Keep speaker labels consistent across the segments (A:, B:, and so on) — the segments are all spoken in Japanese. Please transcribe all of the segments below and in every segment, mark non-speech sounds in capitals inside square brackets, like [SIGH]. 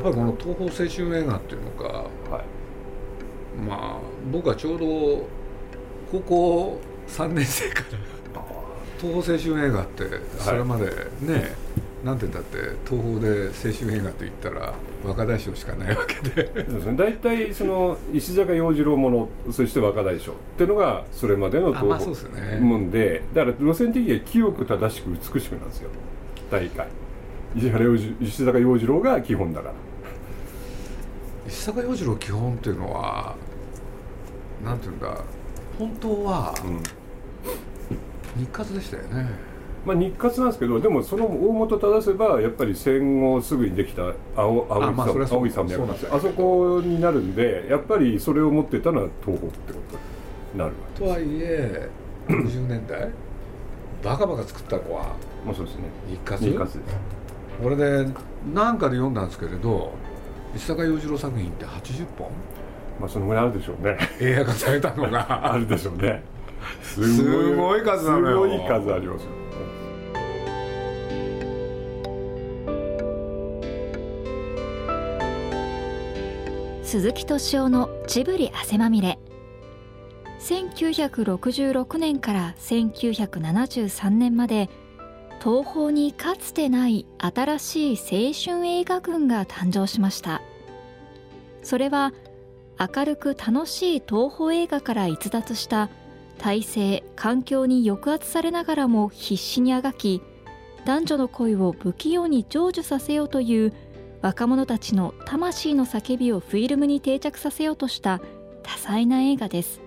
A: ぱりこの東方青春映画っていうのか
B: はい
A: まあ僕はちょうど高校3年生から東方青春映画ってそれまでね、なんて言ったって東方で青春映画と言ったら若大将しかないわけで
B: そうですね、大体その石坂洋次郎ものそして若大将っていうのがそれまでの
A: あまあそうですね
B: もんでだから路線的には清く正しく美しくなんですよ大体石原洋次石坂洋次郎が基本だから
A: 石坂洋次郎基本っていうのはなんて言うんだ本当は
B: うん
A: 日活でしたよね、
B: まあ、日活なんですけどでもその大元正せばやっぱり戦後すぐにできた青青
A: あまあそれ
B: 井
A: は
B: さ
A: そ
B: ん
A: う
B: 青井さんの役なんですよ
A: そ
B: あ
A: う
B: そこになるんでやっぱりそれを持ってたのは東北ってことになるわけ
A: とはいえ60年代バカバカ作った子は
B: まあそうですね
A: 日活
B: 日活です
A: これで何かで読んだんですけれど石坂洋次郎作品って80本
B: まあそのぐらいあるでしょうね
A: 映画化されたの
B: あ [LAUGHS]
A: が
B: るでしょうね。す
A: ごい数なのよ
B: すごい数ありますよ。
C: 鈴木敏夫のジブリ汗まみれ1966年から1973年まで東宝にかつてない新しい青春映画群が誕生しましたそれは明るく楽しい東宝映画から逸脱した体制環境に抑圧されながらも必死にあがき男女の恋を不器用に成就させようという若者たちの魂の叫びをフィルムに定着させようとした多彩な映画です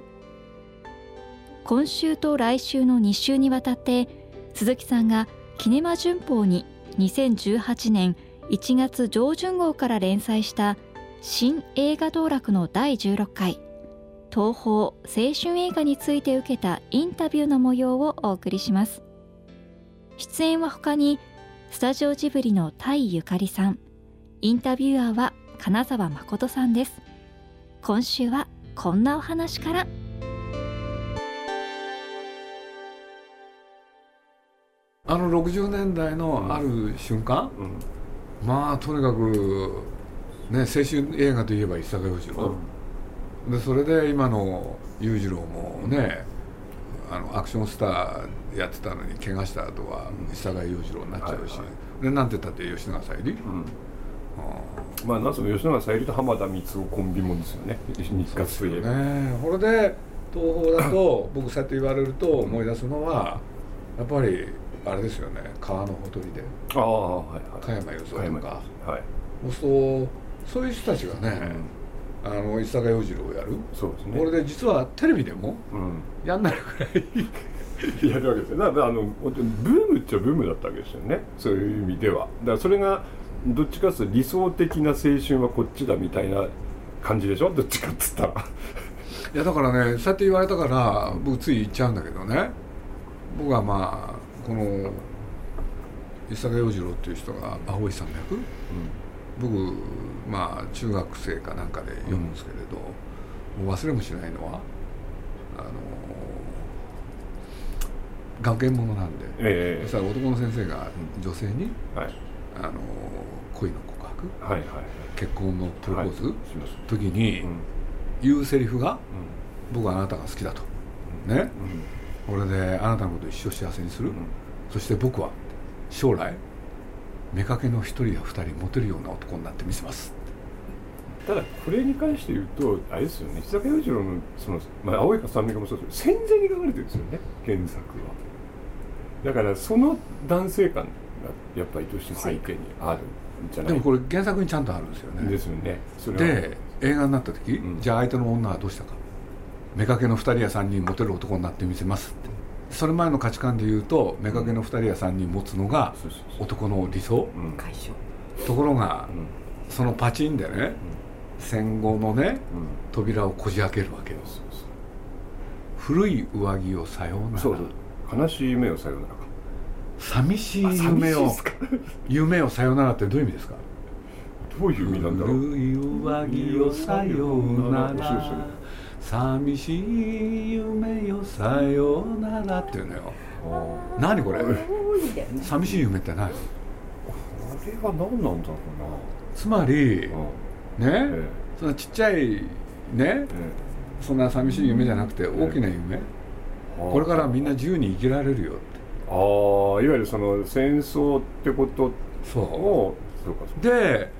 C: 今週と来週の2週にわたって鈴木さんがキネマ旬報に2018年1月上旬号から連載した新映画道楽の第16回東宝青春映画について受けたインタビューの模様をお送りします出演は他にスタジオジブリのタイゆかりさんインタビュアーは金沢誠さんです今週はこんなお話から
A: あの60年代のある瞬間、
B: う
A: まあとにかく、ね、青春映画といえば石坂洋次
B: ん
A: 郎、でそれで今の裕次郎もねあのアクションスターやってたのに怪我した後は石坂洋次郎になっちゃうし、
B: はいは
A: でなんて言ったって吉永小百合、
B: うんまあなんせも吉永小百合と浜田光夫コンビもんですよね。日活といえば。
A: ねえこれで東宝だ [COUGHS] と僕そうやって言われると思い出すのはやっぱりあれですよね川のほとりで
B: ああはいはい。
A: 加山雄三とか
B: はい。
A: そうそうそういう人たちがね、あの石坂洋次郎をやる、
B: そうですね。
A: これで実はテレビでも
B: うん。
A: やんないくらい
B: やるわけですよ。だからあの本当にブームっちゃブームだったわけですよね。そういう意味では。だからそれがどっちかというと理想的な青春はこっちだみたいな感じでしょ。どっちかっつったら。
A: [LAUGHS] いやだからねそうやって言われたから僕つい言っちゃうんだけどね僕はまあこの石坂洋次郎っていう人が青い山脈僕まあ中学生かなんかで読むんですけれど、もう忘れもしないのはあの学研者なんで、
B: え
A: そしたら男の先生が女性に、
B: えはい
A: あの恋の告白
B: はいはい。
A: 結婚のプロポーズ、
B: はいします。
A: 時に
B: うん
A: 言うセリフが「僕はあなたが好きだ」と。ね、
B: うんうん。
A: これであなたのことを一生幸せにする、
B: うん
A: そして僕は将来妾の一人や二人モテるような男になってみせます
B: ただこれに関して言うとあれですよね石坂洋次郎のその、まあ、青いか三かもそうですけど戦前に書かれてるんですよね原作はだからその男性感がやっぱりどうしても背景にあるんじゃな
A: で
B: い
A: もこれ原作にちゃんとあるんですよね
B: ですよねそれは
A: で映画になった時、
B: うん
A: じゃあ相手の女はどうしたか妾の二人や三人モテる男になってみせますってそれ前の価値観で言うと妾の二人や三人持つのが
B: そうそうそう
A: 男の理想
B: うん
D: 解消
A: ところが
B: うん
A: そのパチンでね戦後のね
B: うん
A: 扉をこじ開けるわけよ
B: そうそ
A: 古い上着をさようなら
B: うそうそう悲しい夢をさようならか
A: 寂しい
B: あ寂し
A: 夢
B: いっ
A: を
B: すか
A: 夢をさよならってどういう意味ですか
B: どういう意味なんだろう
A: 古い上着をさよな
B: そうそう
A: ら寂しい夢よさよならっていうのよ
B: あ
A: 何これ
D: 多いんだよね
A: 寂しい夢って何
B: ーあれは何なんだろうな
A: つまり
B: うん
A: ね
B: え
A: そのちっちゃいね
B: ええ
A: そんな寂しい夢じゃなくて大きな夢
B: え
A: これからみんな自由に生きられるよって
B: ああいわゆるその戦争ってこと
A: そ
B: をそうかそう
A: うで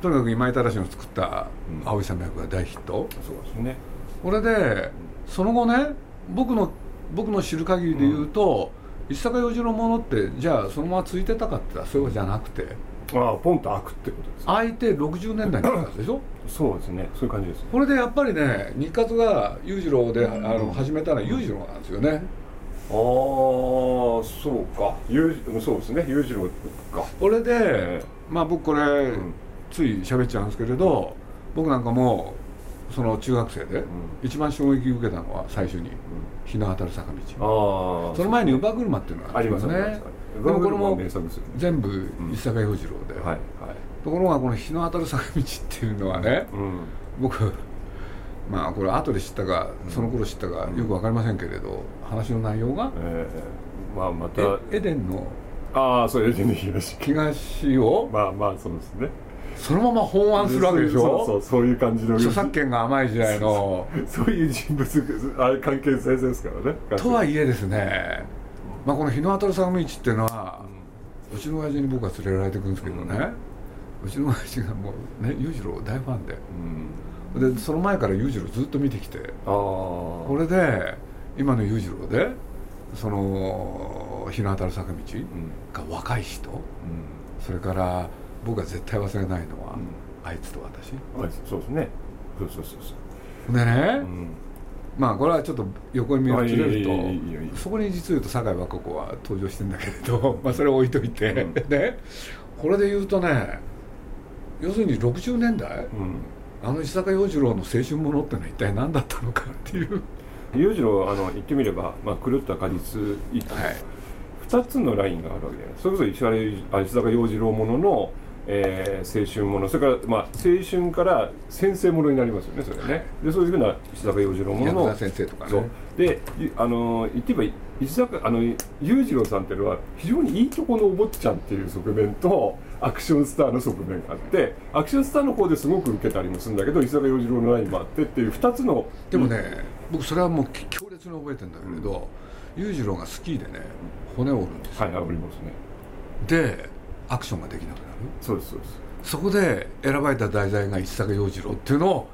A: とにかく今井正の作った「
B: うん
A: 青い山脈」が大ヒット
B: かそうかですね
A: これでその後ね僕の僕の知る限りで言うと、石坂洋次郎ものってじゃあそのまま続いてたかって言ったらそういうことじゃなくて
B: ああポンと開くってことですか
A: 相手60年代になったんでしょ
B: そうですねそういう感じです
A: これでやっぱりね日活が裕次郎であの始めたのは裕次郎なんですよね
B: ああそうかゆうそうですね裕次郎か
A: これ
B: え
A: でまあ僕これ、
B: うん
A: つい喋っちゃうんですけれど僕なんかもその中学生で一番衝撃受けたのは最初に日の当たる坂道
B: ああ
A: その前に乳母車っていうのが
B: あります
A: よ
B: ね
A: ね
B: で
A: で
B: も
A: も
B: こ
A: こ
B: れ
A: れ
B: も
A: も
B: 名作ですよね
A: 全部石坂洋次郎で、
B: はいはい
A: ところがこの日の当たる坂道っていうのはね
B: うん
A: 僕まあこれ後で知ったかその頃知ったかよくわかりませんけれど話の内容が
B: ええまあまた
A: えエデンの
B: ああそうエデンの東
A: 東を
B: まあまあそうですね
A: そのまま翻案するわけでし
B: そうそ
A: ょ
B: うそういう感じの
A: 著作権が甘い時代の
B: [LAUGHS] そういう人物あれ関係性ですからね
A: とはいえですね、まあ、この日の当たる坂道っていうのは、うちの親父に僕は連れられてくんですけどね、うちの親父がもうね裕次郎大ファンで
B: うん
A: でその前から裕次郎ずっと見てきて
B: ああこ
A: これで今の裕次郎でその日の当たる坂道
B: うん
A: が若い人それから僕は絶対忘れないのは、
B: うん
A: あいつと私
B: うんあそうですねそうそうそうそう
A: でね、
B: うん
A: まあこれはちょっと横に見る
B: あ
A: と
B: いい
A: ず
B: よ
A: れる
B: いいよいいよいいよ
A: とそこに実を言うと酒井和歌子は登場してんだけれどまあそれは置いといて、
B: うん
A: ねこれで言うとね要するに60年代
B: うん
A: あの石坂洋次郎の青春ものってのは一体何だったのかっていう
B: 裕次郎あの言ってみれば、まあ、狂った果実以降、
A: はい
B: 2つのラインがあるわけじゃないそれこそ石原裕あ石坂洋次郎ものの、えー青春ものそれから、まあ、青春から先生ものになりますよねそれはねでそういうふうな石坂洋次郎も
A: 宮
B: のの
A: 田先生とか
B: そ
A: ね
B: うでいあの言ってみれば石坂あの裕次郎さんっていうのは非常にいいとこのお坊ちゃんっていう側面とアクションスターの側面があってアクションスターの方ですごく受けたりもするんだけど石坂洋次郎のラインもあってっていう2つの
A: でもね、僕それはもうき強烈に覚えてるんだけれど、裕次郎がスキーでね骨を折るんですよ、
B: はいありますね
A: でアクションができなくなる
B: そうですそうです
A: そこで選ばれた題材が石坂洋次郎っていうのを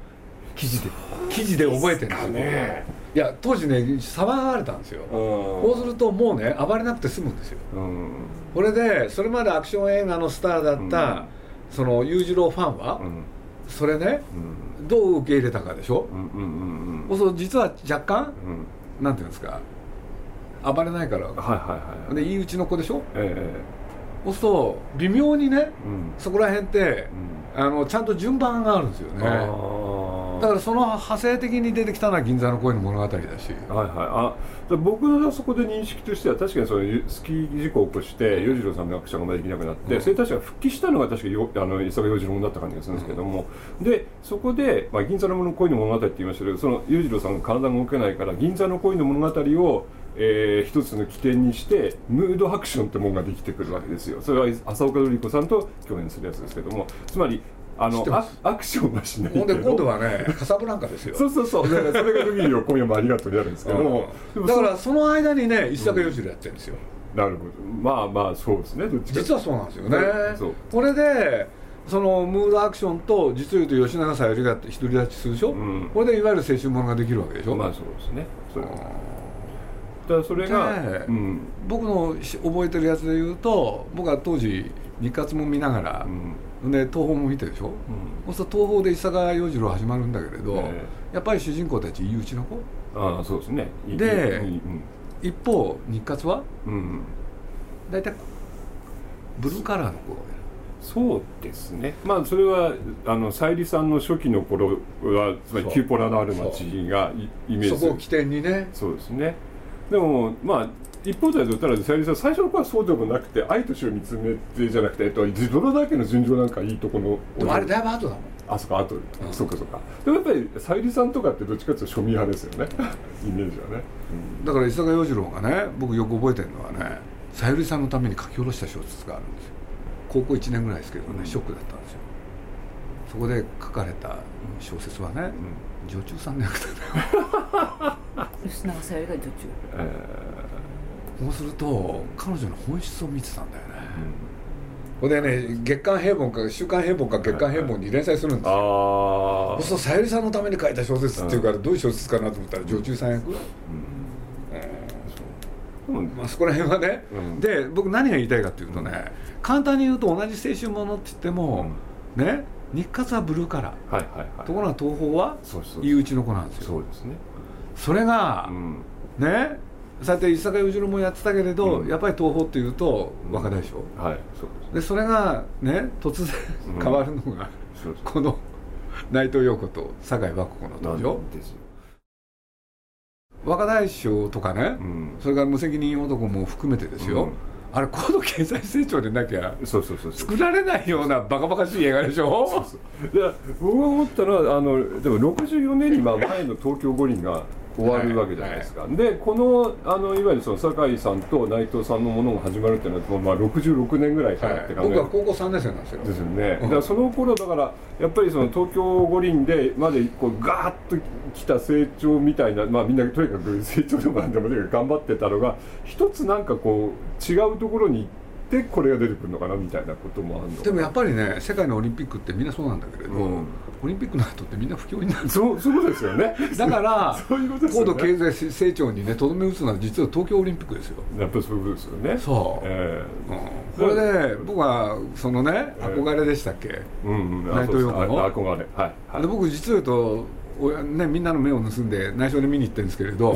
A: 記事で記事で覚えてるんですよ
B: ね
A: いや当時ね騒がれたんですよ
B: う
A: こうするともうね暴れなくて済むんですよ
B: ん
A: これでそれまでアクション映画のスターだった、
B: うん
A: その裕次郎ファンは、
B: うん
A: それね
B: うん
A: どう受け入れたかでしょ
B: う、んうんうん
A: そうそう実は若干
B: うん
A: なんていうんですか暴れないから
B: はいはいはい
A: でいいうちの子でしょ
B: え
A: そうすると微妙にね
B: えうん
A: そこら辺って
B: うん
A: あのちゃんと順番があるんですよね
B: あー
A: だからその派生的に出てきたのは銀座の恋の物語だし
B: はいはい、あだ僕のそこで認識としては確かにそのスキー事故を起こして裕次郎さんのアクションができなくなって、
A: うん
B: それ確か復帰したのが確かよあの伊坂洋次郎だった感じがするんですけども、でそこで、まあ、銀座の恋の物語って言いましたけどその裕次郎さんが体が動けないから銀座の恋の物語を、えー一つの起点にしてムードアクションってもんができてくるわけですよそれは浅岡瑠璃子さんと共演するやつですけどもつまりあ
A: 知っ
B: の
A: てま
B: ア
A: す
B: アクションはしないけ
A: ほんで
B: ど
A: 今度はねカサブランカですよ
B: [LAUGHS] そうそう
A: [LAUGHS]
B: そうだからそれがルギーを今夜もありがとうになるんですけども、でも
A: だ
B: そ
A: か
B: う
A: らその間にね石坂洋次郎やってるんですよ、
B: なるほどまあまあそうですねどっちか
A: 実はそうなんですよね、
B: そう
A: これでそのムードアクションと実を言うと吉永小百合が独り立ちするでしょ、
B: うん
A: これでいわゆる青春ものができるわけでしょ、
B: まあそうですねそれだか
A: あ
B: らそれが、
A: ねえ
B: うん
A: 僕のし覚えてるやつで言うと僕は当時日活も見ながら
B: う、ん
A: で東宝も見てるでしょ、そうすると東宝で石坂洋次郎始まるんだけれど、
B: え
A: やっぱり主人公たちいいうちの子
B: ああそうですねいい
A: で
B: いいうん
A: 一方日活は
B: うん
A: 大体ブルーカラーの子が
B: そうですねまあそれはあのさゆりさんの初期の頃はつまり
A: そう
B: キューポラのある街がイイメージ
A: そ
B: す
A: こを
B: る
A: 起点にね
B: そうですねでもまあ一方で言ったらさゆりさん最初の頃はそうでもなくて愛と死を見つめてじゃなくて、えっと、自動だけの純情なんかいいとこの
A: でもあれだいぶ後だもん
B: あそこ後で、
A: うん
B: そうかそうかでもやっぱりさゆりさんとかってどっちかっていうと庶民派ですよ
A: [LAUGHS]
B: ねイメージはね、
A: だから石坂洋次郎がね僕よく覚えてるのはねさゆりさんのために書き下ろした小説があるんですよ高校1年ぐらいですけどね、
B: うん
A: ショックだったんですよそこで書かれた小説はね女中さんの役だね
D: 吉永小百合が女中
B: え
A: こうすると彼女の本質を見てたんだよね
B: ーうん
A: ほんでね月刊平凡か週刊平凡か月刊平凡に連載するんですよ
B: あ
A: そう
B: あ
A: するとさゆりさんのために書いた小説っていうからどういう小説かなと思ったら女中さん役、
B: うんうん
A: まあ、そこら辺はね、
B: うん
A: で僕何が言いたいかっていうとね、簡単に言うと同じ青春ものって言っても、ね日活はブルーカラー
B: はいはいはい
A: ところが東宝は
B: そうそう
A: いうちの子なんですよ
B: そうですね
A: それが
B: う、ん
A: ねさて伊坂裕次郎もやってたけれど、
B: うん
A: やっぱり東宝っていうと
B: うん
A: 若大将、
B: はいそうですね
A: でそれがね突然
B: う
A: [LAUGHS]
B: ん
A: 変わるのが、
B: そうです
A: この内藤陽子と酒井和子の登場
B: なんですよ
A: 若大将とかね、
B: うん
A: それから無責任男も含めてですよ、
B: うん
A: あれ高度経済成長でなきゃ
B: そうそうそうそう
A: 作られないようなバカバカしい映画でし
B: [LAUGHS]
A: ょ
B: いや僕が思ったのはあのでも64年にまあ前の東京五輪が終わるわけじゃないですか、でこのあのいわゆるその酒井さんと内藤さんのものが始まるっていうのはもうまあ66年ぐらいからって考え
A: 僕
B: る
A: は高校3年生なんですよ
B: ですよね、
A: ん
B: だからその頃だからやっぱりその東京五輪でまでこうガーッと来た成長みたいな、まあ、みんなとにかく成長でもなんでもとにかく頑張ってたのが一つなんかこう違うところに行ってこれが出てくるのかなみたいなこともあるの
A: でもやっぱりね世界のオリンピックってみんなそうなんだけれど、
B: うん
A: オリンピックの後ってみんな不況になる
B: [LAUGHS] そうそういうことですよね [LAUGHS]
A: だから
B: そういうことです
A: 高
B: よね
A: 度経済成長にねとどめ打つのは実は東京オリンピックですよ
B: やっぱりそういうことですよね
A: そう
B: ええ
A: うんこれで僕はそのね憧れでしたっけ、
B: うんうん
A: 内藤陽子の
B: あそうですあ憧れはいはい
A: で僕実を言うと親、ね、みんなの目を盗んで内緒で見に行ってるんですけれど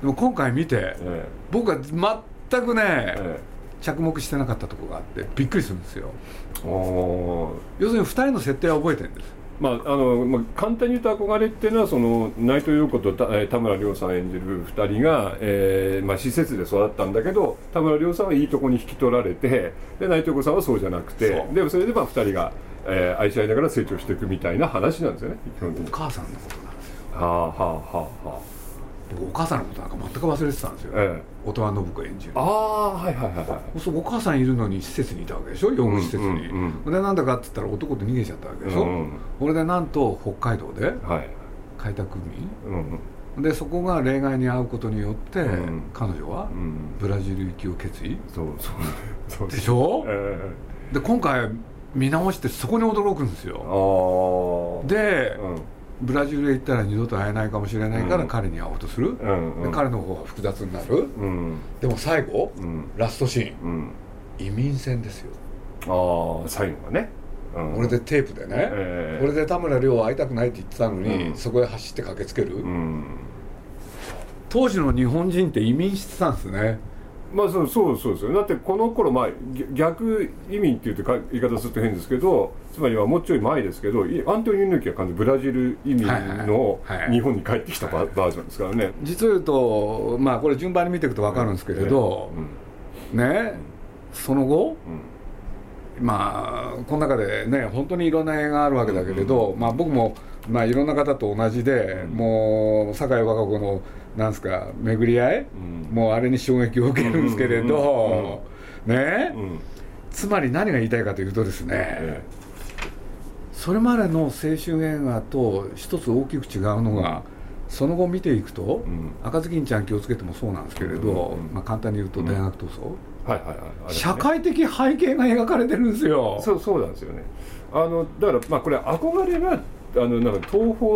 A: でも今回見て
B: え
A: 僕は全くね、
B: ええ
A: 着目してなかったところがあってびっくりするんですよ
B: えおー
A: 要するに2人の設定は覚えてるんです
B: まああのまあ、簡単に言うと憧れっていうのはその内藤陽子とたえー田村亮さん演じる2人が、えーまあ、施設で育ったんだけど田村亮さんはいいとこに引き取られてで内藤陽子さんはそうじゃなくて
A: そう
B: でそれでまあ2人が、えー愛し合いながら成長していくみたいな話なんですよね基本的
A: お
B: に。は
A: 母さんのことなんですよ
B: あはあはあは
A: 僕お母さんのことなんか全く忘れてたんですよ、
B: ええ
A: 音羽信子演じる
B: あ。あーはいはいはいはい。
A: そうお母さんいるのに施設にいたわけでしょ養護施設に、
B: うんうんうん
A: ほんでなんだかって言ったら男と逃げちゃったわけでしょ、
B: うんうん
A: これでなんと北海道で
B: はい
A: 開拓民
B: うん
A: でそこが例外に遭うことによって、
B: うん
A: 彼女は
B: うん、
A: ブラジル行きを決意
B: そうそうそう
A: でしょ
B: ええ
A: で今回見直してそこに驚くんですよ
B: ああ
A: で、
B: うん
A: ブラジルへ行ったら二度と会えないかもしれないから
B: うん
A: 彼に会おうとする、
B: うんう
A: で
B: ん
A: 彼の方が複雑になる
B: うん
A: でも最後、
B: うん
A: ラストシーン
B: うん
A: 移民戦ですよ、
B: ああ最後はね、うん
A: これでテープでね、
B: ええ
A: これで田村亮は会いたくないって言ってたのに、
B: うん
A: そこへ走って駆けつける、
B: うん
A: 当時の日本人って移民してたんですね
B: まあそうそうそうですよだってこの頃まあぎ逆移民って言ってか言い方すると変ですけどつまりはもうちょい前ですけどいアントニオ猪木は完全にブラジル移民の
A: はいはいはい
B: 日本に帰ってきたバ,、バージョンですからね。
A: 実を言うとまあこれ順番に見ていくと分かるんですけれど、
B: うん
A: ねその後
B: うん
A: まあこの中でね本当にいろんな映画あるわけだけれど、まあ、僕も、まあ、いろんな方と同じで、
B: うん
A: もう酒井和歌子のなんすか巡り合い、
B: うん
A: もうあれに衝撃を受けるんですけれど、ね、
B: うん
A: つまり何が言いたいかというとですね、
B: え
A: それまでの青春映画と一つ大きく違うのが、その後見ていくと、
B: うん
A: 赤ずきんちゃん気をつけてもそうなんですけれど、
B: うんうん
A: まあ、簡単に言うと大学闘争、
B: えはいはいはいあれね
A: 社会的背景が描かれてるんですよ。
B: そうそうなんですよねあのだからまあこれ憧れがあのなんか東宝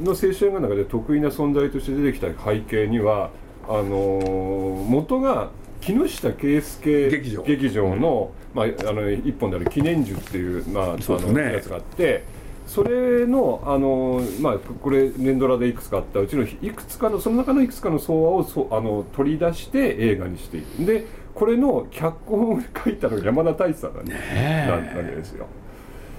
B: の青春映画の中で得意な存在として出てきた背景にはあのー元が木下圭介
A: 劇場
B: の,、まあ、あの一本である「記念樹」っていう、まあ、あ
A: そうです
B: の
A: ね
B: やつがあってそれの、あのーまあ、これ連ドラでいくつかあったうちのいくつかのその中のいくつかの相和をそあの取り出して映画にしているでこれの脚本を書いたのが山田太一さんなんですよなわけですよ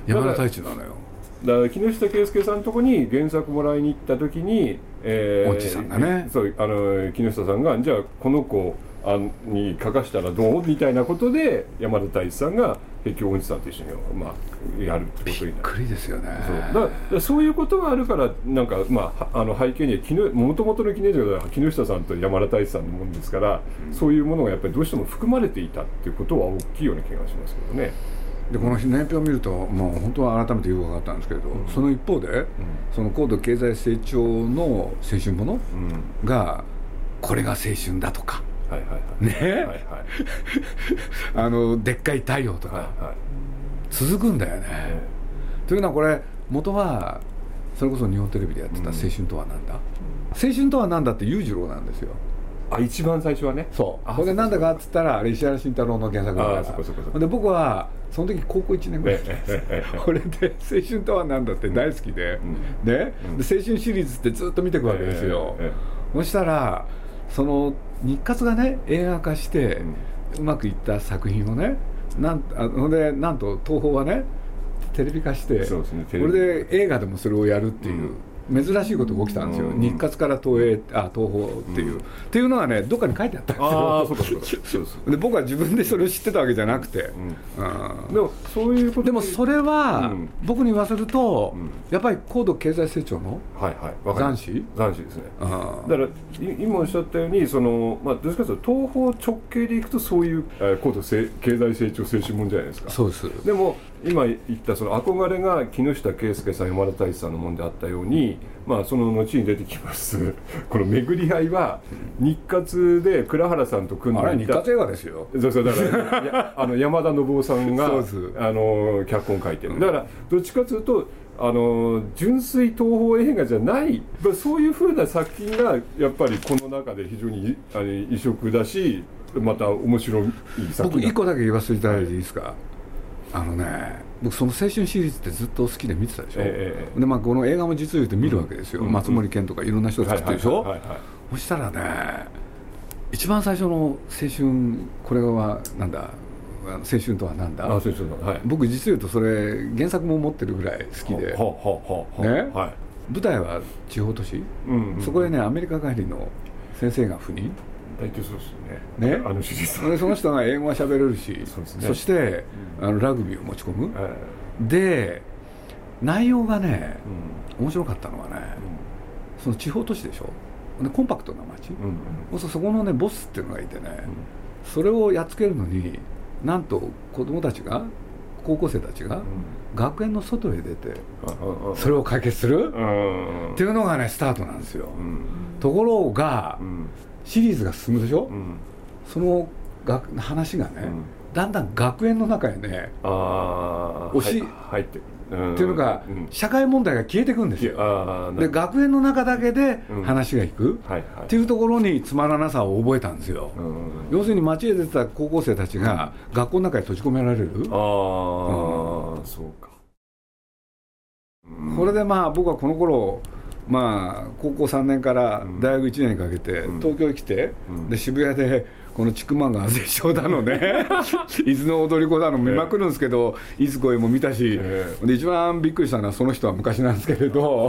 A: 山田太一なのよ
B: だから木下圭介さんのとこに原作もらいに行った時に、え
A: おじさんがね
B: そうあの木下さんがじゃあこの子あに書かしたらどうみたいなことで山田太一さんが結局おじさんと一緒に、まあ、やるってことになる。
A: くりですよね
B: そうだからそういうことがあるからなんか、まあ、はあの背景にもともとの記念日は木下さんと山田太一さんのものですから、そういうものがやっぱりどうしても含まれていたっていうことは大きいような気がしますけどね。
A: でこの年表を見るともう本当は改めてよく分かったんですけれど、
B: うん
A: その一方でその高度経済成長の青春もの
B: うん、うん、
A: がこれが青春だとか
B: はいはいはい
A: ね
B: はいはい
A: あのでっかい太陽と
B: は
A: か
B: いはい
A: 続くんだよね。
B: え
A: というのはこれ元はそれこそ日本テレビでやってた「青春とは何だ」青春とは何だ」って裕次郎なんですよ
B: えあ一番最初はね
A: そう
B: あ
A: これなんだかっつったらあれ石原慎太郎の原作だから
B: あそこそこそこ
A: で僕はその時高校1年ぐらい
B: ええええええ
A: これで「青春とは何だ」って大好きで,、
B: うん
A: ね
B: う
A: で青
B: ん
A: 春シリーズってずっと見ていくわけですよ、
B: えええ
A: そしたらその日活がね映画化して、うまくいった作品をねなんあのでなんと東宝はねテレビ化して
B: そうですね
A: こ
B: テレビ
A: れで映画でもそれをやるっていう、珍しいことが起きたんですよ、
B: うん
A: 日活から東映あ東宝っていう、
B: うん
A: っていうのはねどっかに書いてあったんです
B: あ
A: よ
B: あそうかそうかそうです
A: で僕は自分でそれを知ってたわけじゃなくて、うん
B: でもそういうこと
A: でもそれは
B: うん
A: 僕に言わせると、
B: うん
A: やっぱり高度経済成長の
B: はいはいわかりま
A: 残
B: す
A: 滓
B: 斬新ですね
A: あ
B: だからい今おっしゃったようにその、まあ、どっちかというと東方直系でいくとそういう、えー高度せ経済成長青春もんじゃないですか
A: そうです
B: でも今言ったその憧れが木下圭介さん山田太一さんのもんであったように、まあ、その後に出てきます [LAUGHS] この巡り合いは日活で倉原さんと組ん
A: あれ
B: で
A: 日
B: いた
A: 活映画ですよ
B: そうそうだからやあの山田信夫さんが
A: そうです
B: あの脚本書いてるだからどっちかというとあの純粋東宝映画じゃないまあそういうふうな作品がやっぱりこの中で非常にいあの異色だしまた面白い作
A: 僕一
B: 品だ
A: 個だけ言わせていただいていいですか、あのね僕その青春シリーズってずっと好きで見てたでしょ、
B: えええ
A: でまあこの映画も実を言うと見るわけですよ、
B: うん
A: 松森健とかいろんな人が作ってるでしょ、
B: はいはいはいはい
A: そしたらね一番最初の青春これはなんだあの青春とはなんだ
B: あそうそうそうはい
A: 僕実を言うとそれ原作も持ってるぐらい好きで
B: はははは
A: ね
B: は
A: 舞台は地方都市、
B: いうんうん
A: そこへねアメリカ帰りの先生が赴任
B: 大体そうですよね
A: ね
B: あのシリーズは
A: でその人が英語が喋れるし
B: そうですね
A: してあのラグビーを持ち込む、
B: え
A: で内容がね
B: えうん
A: 面白かったのはねその地方都市でしょでコンパクトな街、
B: うんうん
A: そうするとそこのねボスっていうのがいてね、それをやっつけるのになんと子供たちが高校生たちが
B: うん
A: 学園の外へ出て
B: うんあああ
A: それを解決する
B: うん
A: っていうのがねスタートなんですよ、
B: うん
A: ところが
B: うん
A: シリーズが進むでしょ、
B: うん
A: その学話がね、
B: うん
A: だんだん学園の中へね
B: ああ
A: 押し
B: 入って
A: っていうのが、
B: ん
A: 社会問題が消えてくんですよ
B: ああな
A: で
B: るほ
A: 学園の中だけで
B: うん
A: 話がいく、
B: どはいは
A: っ
B: い
A: ていうところにつまらなさを覚えたんですよ、
B: うん
A: 要するに街へ出てた高校生たちが学校の中に閉じ込められる、
B: ああそうかうん
A: これでまあ僕はこの頃まあ高校3年から大学1年にかけて
B: うん
A: 東京に来て、
B: うん
A: で渋谷でこのチクマンが絶唱だの
B: [LAUGHS]
A: ね伊豆の踊り子だの見まくるんですけど、いつ声も見たし、
B: え
A: で一番びっくりしたのはその人は昔なんですけれど
B: は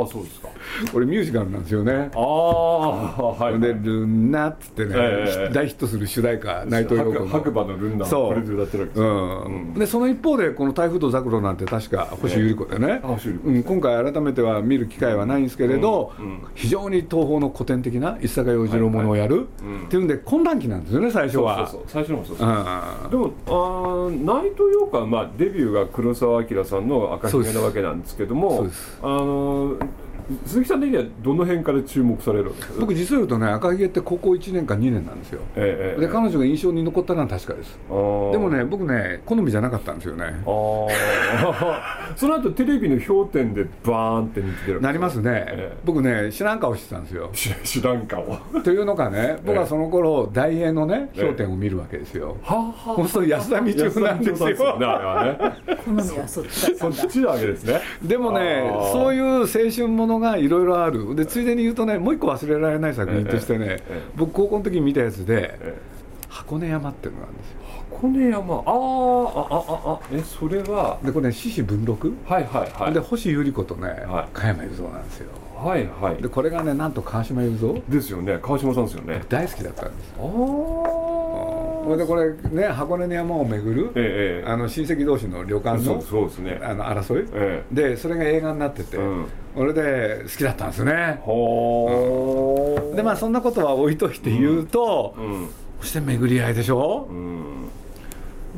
B: ああそうですか
A: これミュージカルなんですよね
B: ああはい
A: で「ルンナ」っつってね、
B: ええ
A: 大ヒットする主題歌内藤陽子
B: 白
A: の
B: 白馬のルンダ
A: そう
B: これで歌ってるわけです
A: うん
B: うん
A: でその一方でこの「台風とザクロ」なんて確か星百合子でね、
B: あ星百合子
A: うん、今回改めては見る機会はないんですけれど、
B: うんうん
A: 非常に東方の古典的な一坂洋次郎ものをやる、
B: いはいうん
A: っていうんで混乱期なんですよね最初
B: そうそ
A: は
B: うそう最初のもそうです
A: うん
B: でもあー内藤洋子は、まあ、デビューが黒澤明さんの赤
A: そう
B: ひ
A: で
B: げ
A: す
B: なわけなんですけど
A: そう
B: も
A: です
B: あの鈴木さん的にはどの辺から注目されるわけですか、
A: 僕実を言うとね赤ひげって高校1年か2年なんですよ
B: え
A: で彼女が印象に残ったのは確かです
B: で
A: でもね僕ね好みじゃなかったんですよね
B: ああ [LAUGHS] その後テレビの氷点でバーンって見てる
A: なりますね、
B: ええ
A: 僕ね知らん顔してたんですよ
B: 知知らん顔は
A: というのがね僕はその頃大英のね
B: ええ
A: 評点を見るわけですよ、
B: あは
A: そうすると安田道夫なんです
B: 安田道夫さん
A: よ
B: ねあれはね
D: 好みはそっちだ
B: そっちなわけですね
A: でもね
B: あー
A: そういう青春ものがいろいろあるでついでに言うとねもう一個忘れられない作品としてね、
B: ええええ
A: 僕高校の時に見たやつで、
B: え
A: 箱根山っていうのがあるんですよ
B: 箱根山あーああああえそれは
A: でこれね獅子文禄、
B: はいはいはい
A: で星百合子とね、
B: はい
A: 加山雄三なんですよ
B: はいは
A: で
B: い
A: これがねなんと川島雄三
B: ですよね川島さんですよね
A: 大好きだったんです
B: ああ
A: それでこれね箱根の山を巡る
B: えええ
A: あの親戚同士の旅
B: え
A: 館
B: そう
A: の
B: そうですね
A: あの争い、
B: ええ
A: でそれが映画になってて、
B: うん
A: 俺で好きだったんですよね
B: ほー
A: でまあそんなことは置いといて言うと、
B: うん
A: そして巡り合いでしょ、
B: うん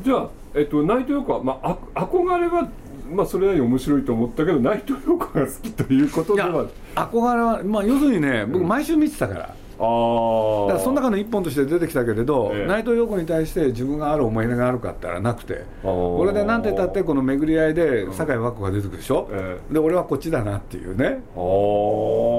B: じゃあえっと、ナイトヨーコは、まあ、あ憧れは、まあ、それなりに面白いと思ったけどナイトヨーコが好きということ
A: い
B: で
A: や
B: は
A: 憧れは、まあ、要するにね僕
B: うん
A: 毎週見てたから,、
B: ああ
A: だからその中の一本として出てきたけれど、
B: ええ
A: 内藤陽子に対して自分がある思い出があるかって言ったらなくて
B: こ
A: 俺で何て言ったってこの巡り合いで酒井和子が出てくるでしょ、
B: え
A: で俺はこっちだなっていうね
B: えあ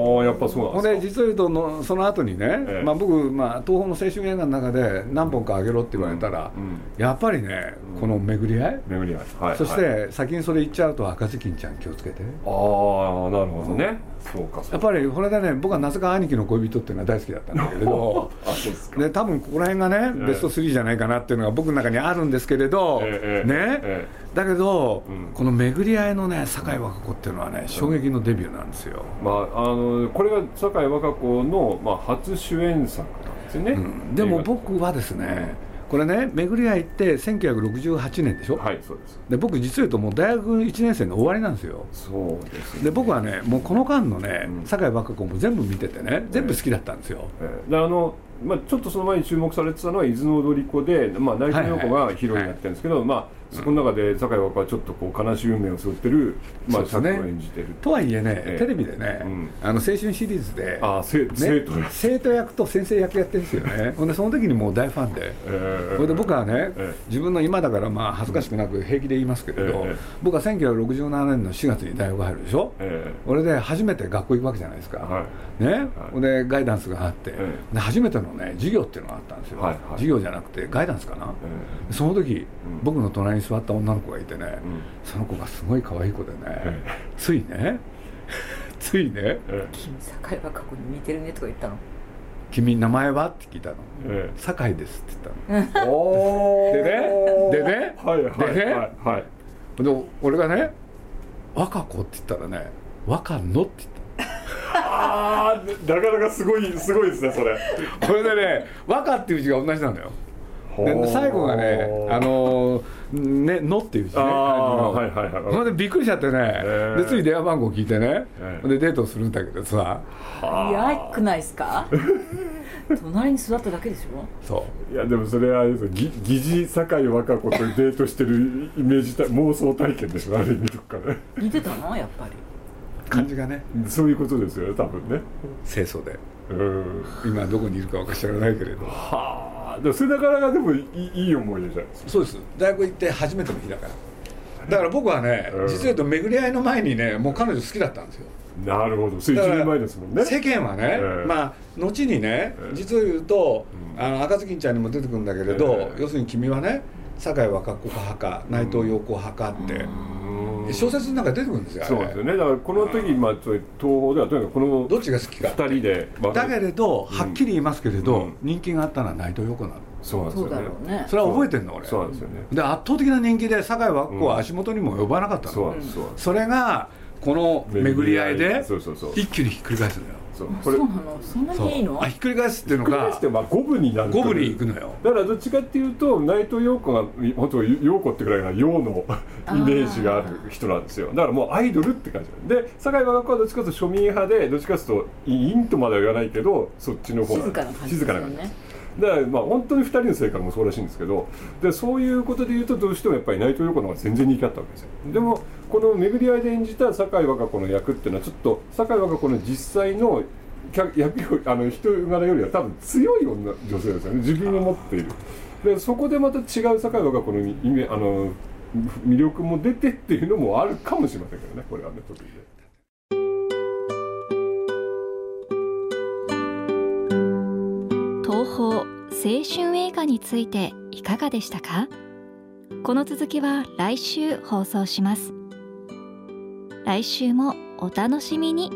B: あやっぱそう
A: ほ
B: なんん
A: で
B: です
A: 実
B: か
A: を言うとのその後にね、
B: ええ
A: まあ、僕、まあ、東宝の青春映画の中で何本かあげろって言われたら、
B: うん
A: やっぱりね
B: うん
A: この巡り合い、
B: 巡り合い、はい、
A: そし
B: はい
A: て先にそれ言っちゃうと赤ずきんちゃん気をつけて
B: ああなるほどねそうかそ
A: や
B: う
A: っ
B: か
A: ぱりこれでね僕は那須川兄貴の恋人っていうのは大好きだったんだ
B: [LAUGHS]
A: けれど
B: あそうですか
A: で多分ここら辺がね、
B: ええ
A: ベスト3じゃないかなっていうのが僕の中にあるんですけれど、
B: ええええ
A: ね、
B: え
A: だけど、
B: うん
A: この巡り合いのね酒井和歌子っていうのはね衝撃のデビューなんですよ、
B: まあ、あのこれが酒井和歌子の、まあ、初主演作なんですよね、
A: うんでも僕はですねこれね巡り合いって1968年でしょ、
B: はいそうです
A: で僕実を言うともう大学1年生の終わりなんですよ
B: そうですね
A: で僕はねもうこの間のね
B: うん
A: 酒井和歌子も全部見ててね全部好きだったんですよ、
B: えーであのまあ、ちょっとその前に注目されてたのは伊豆の踊り子で、まあ、内藤陽子がヒロインになってるんですけど、まあ、そこの中で酒井和歌子はちょっとこう悲しい運命を背負ってる、ま
A: そう
B: あ、
A: です
B: 作
A: ね
B: を演じてる
A: とはいえね、
B: ええ
A: テレビでね、
B: うん
A: あの青春シリーズで、
B: ああ生
A: ね
B: 徒が、
A: 生徒役と先生役やってるんですよ
B: [LAUGHS]
A: ね、ほんでその時にもう大ファンで、
B: えー
A: それで僕はね
B: え、
A: 自分の今だからまあ恥ずかしくなく平気で言いますけれど
B: ええ、
A: 僕は1967年の4月に大学入るでしょ、
B: え
A: 俺で初めて学校行くわけじゃないですか、
B: は
A: ね、ほんでガイダンスがあって、
B: え
A: で初めてのね、授業っていうのがあったんですよ、
B: はいはい
A: 授業じゃなくて、ガイダンスかな、
B: えー
A: その時、
B: うん
A: 僕の隣に座った女の子がいてね、
B: うん
A: その子がすごい可愛い子でね、
B: え
A: ついね [LAUGHS] ついね
B: え
D: 君酒井は過去に似てるねとか言ったの
A: 「君名前は?」って聞いたの
B: ーえ
A: 「酒井です」って言っ
B: ー、お
A: でねでね
B: はいはい
A: でね
B: はいはい
A: たので俺がね「若子」って言ったらね「若の」って言ったの
B: ああなかなかすごいすごいですねそれ
A: これでね「若」っていう字が同じなのよで最後がね「あのーねの」っていう字ね
B: あー
A: 漢字の
B: はいはいはい
A: ほんでびっくりしちゃってね、
B: え
A: でつい電話番号聞いてね、
B: え
A: ほんでデートをするんだけどさ
D: いやくないで
B: [LAUGHS]
D: すか隣に座っただけでしょ
A: そう
B: いやでもそれはあれですよぎ疑似酒井和歌子とデートしてるイメージた妄想体験でしょある意味とかね
D: 似てたのやっぱり
A: 感じがね
B: そういうことですよね多分ね
A: 清楚で
B: うん
A: 今どこにいるかは知らないけれど
B: はあでもそれなかなかでもいいいい思い出じゃないですか
A: そうです大学行って初めての日だからだから僕はね、
B: うん
A: 実を言うと巡り合いの前にねもう彼女好きだったんですよ
B: なるほどそれ
A: だから
B: 1年前ですもんね
A: 世間はね、
B: ええ
A: まあ後にね、
B: ええ
A: 実を言うと、
B: うん
A: あの赤ずきんちゃんにも出てくるんだけれど、
B: ええ
A: 要するに君はね酒井若子派か内藤陽子派かって、
B: うん
A: 小説なんか出てくるんですよあれ
B: そうですよねだからこの時、まあ、ちょい東宝ではとにかくこの
A: どっちが好きか
B: 2人で分
A: だ
B: か
A: け
B: れて
A: れどはっきり言いますけれど、
B: うん
A: 人気があったのは内藤陽子なの
B: そうなんです
D: そうだ
B: よね
D: ろうね
A: それは覚えてんの俺
B: そうなんですよね
A: で圧倒的な人気で酒井和子は足元にも及ばなかったの、
B: そうなんですそうなんです
A: それがこの巡り合いで
B: そうそうそう
A: 一気にひっくり返すのよ
B: そうこ
D: そう
B: れ
D: なのそんなにいいの
A: あひっくり返すっていうの
B: 繰り返
A: が
B: してまあ五分になるとい
A: 五
B: う
A: 分に行くのよ
B: だからどっちかっていうと内藤陽子が本当陽子ってくらいが陽のイメージがある人なんですよだからもうアイドルって感じで酒井和歌子はどっちかというと庶民派でどっちかというとインとまでは言わないけどそっちの方
D: 静かな感じ
B: 静
D: です
B: か
D: よ
B: な感じ
D: ね
B: だからまあ本当に2人の性格もそうらしいんですけどでそういうことで言うとどうしてもやっぱり内藤陽子の方が全然人気あったわけですよでもこの「巡り合い」で演じた酒井和歌子の役っていうのはちょっと酒井和歌子の実際の客役よりあの人柄よりは多分強い女女性ですよね自分を持っているでそこでまた違う酒井和歌子の意味あの魅力も出てっていうのもあるかもしれませんけどねこれはね途中で。
C: 東宝青春映画についていかがでしたかこの続きは来週放送します来週もお楽しみに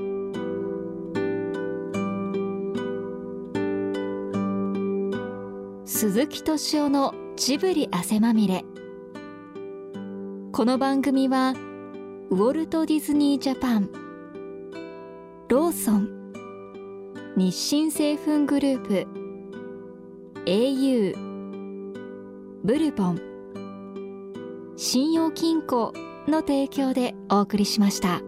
C: 鈴木敏夫のジブリ汗まみれこの番組はウォルト・ディズニー・ジャパンローソン日清製粉グループ au ブルボン信用金庫の提供でお送りしました。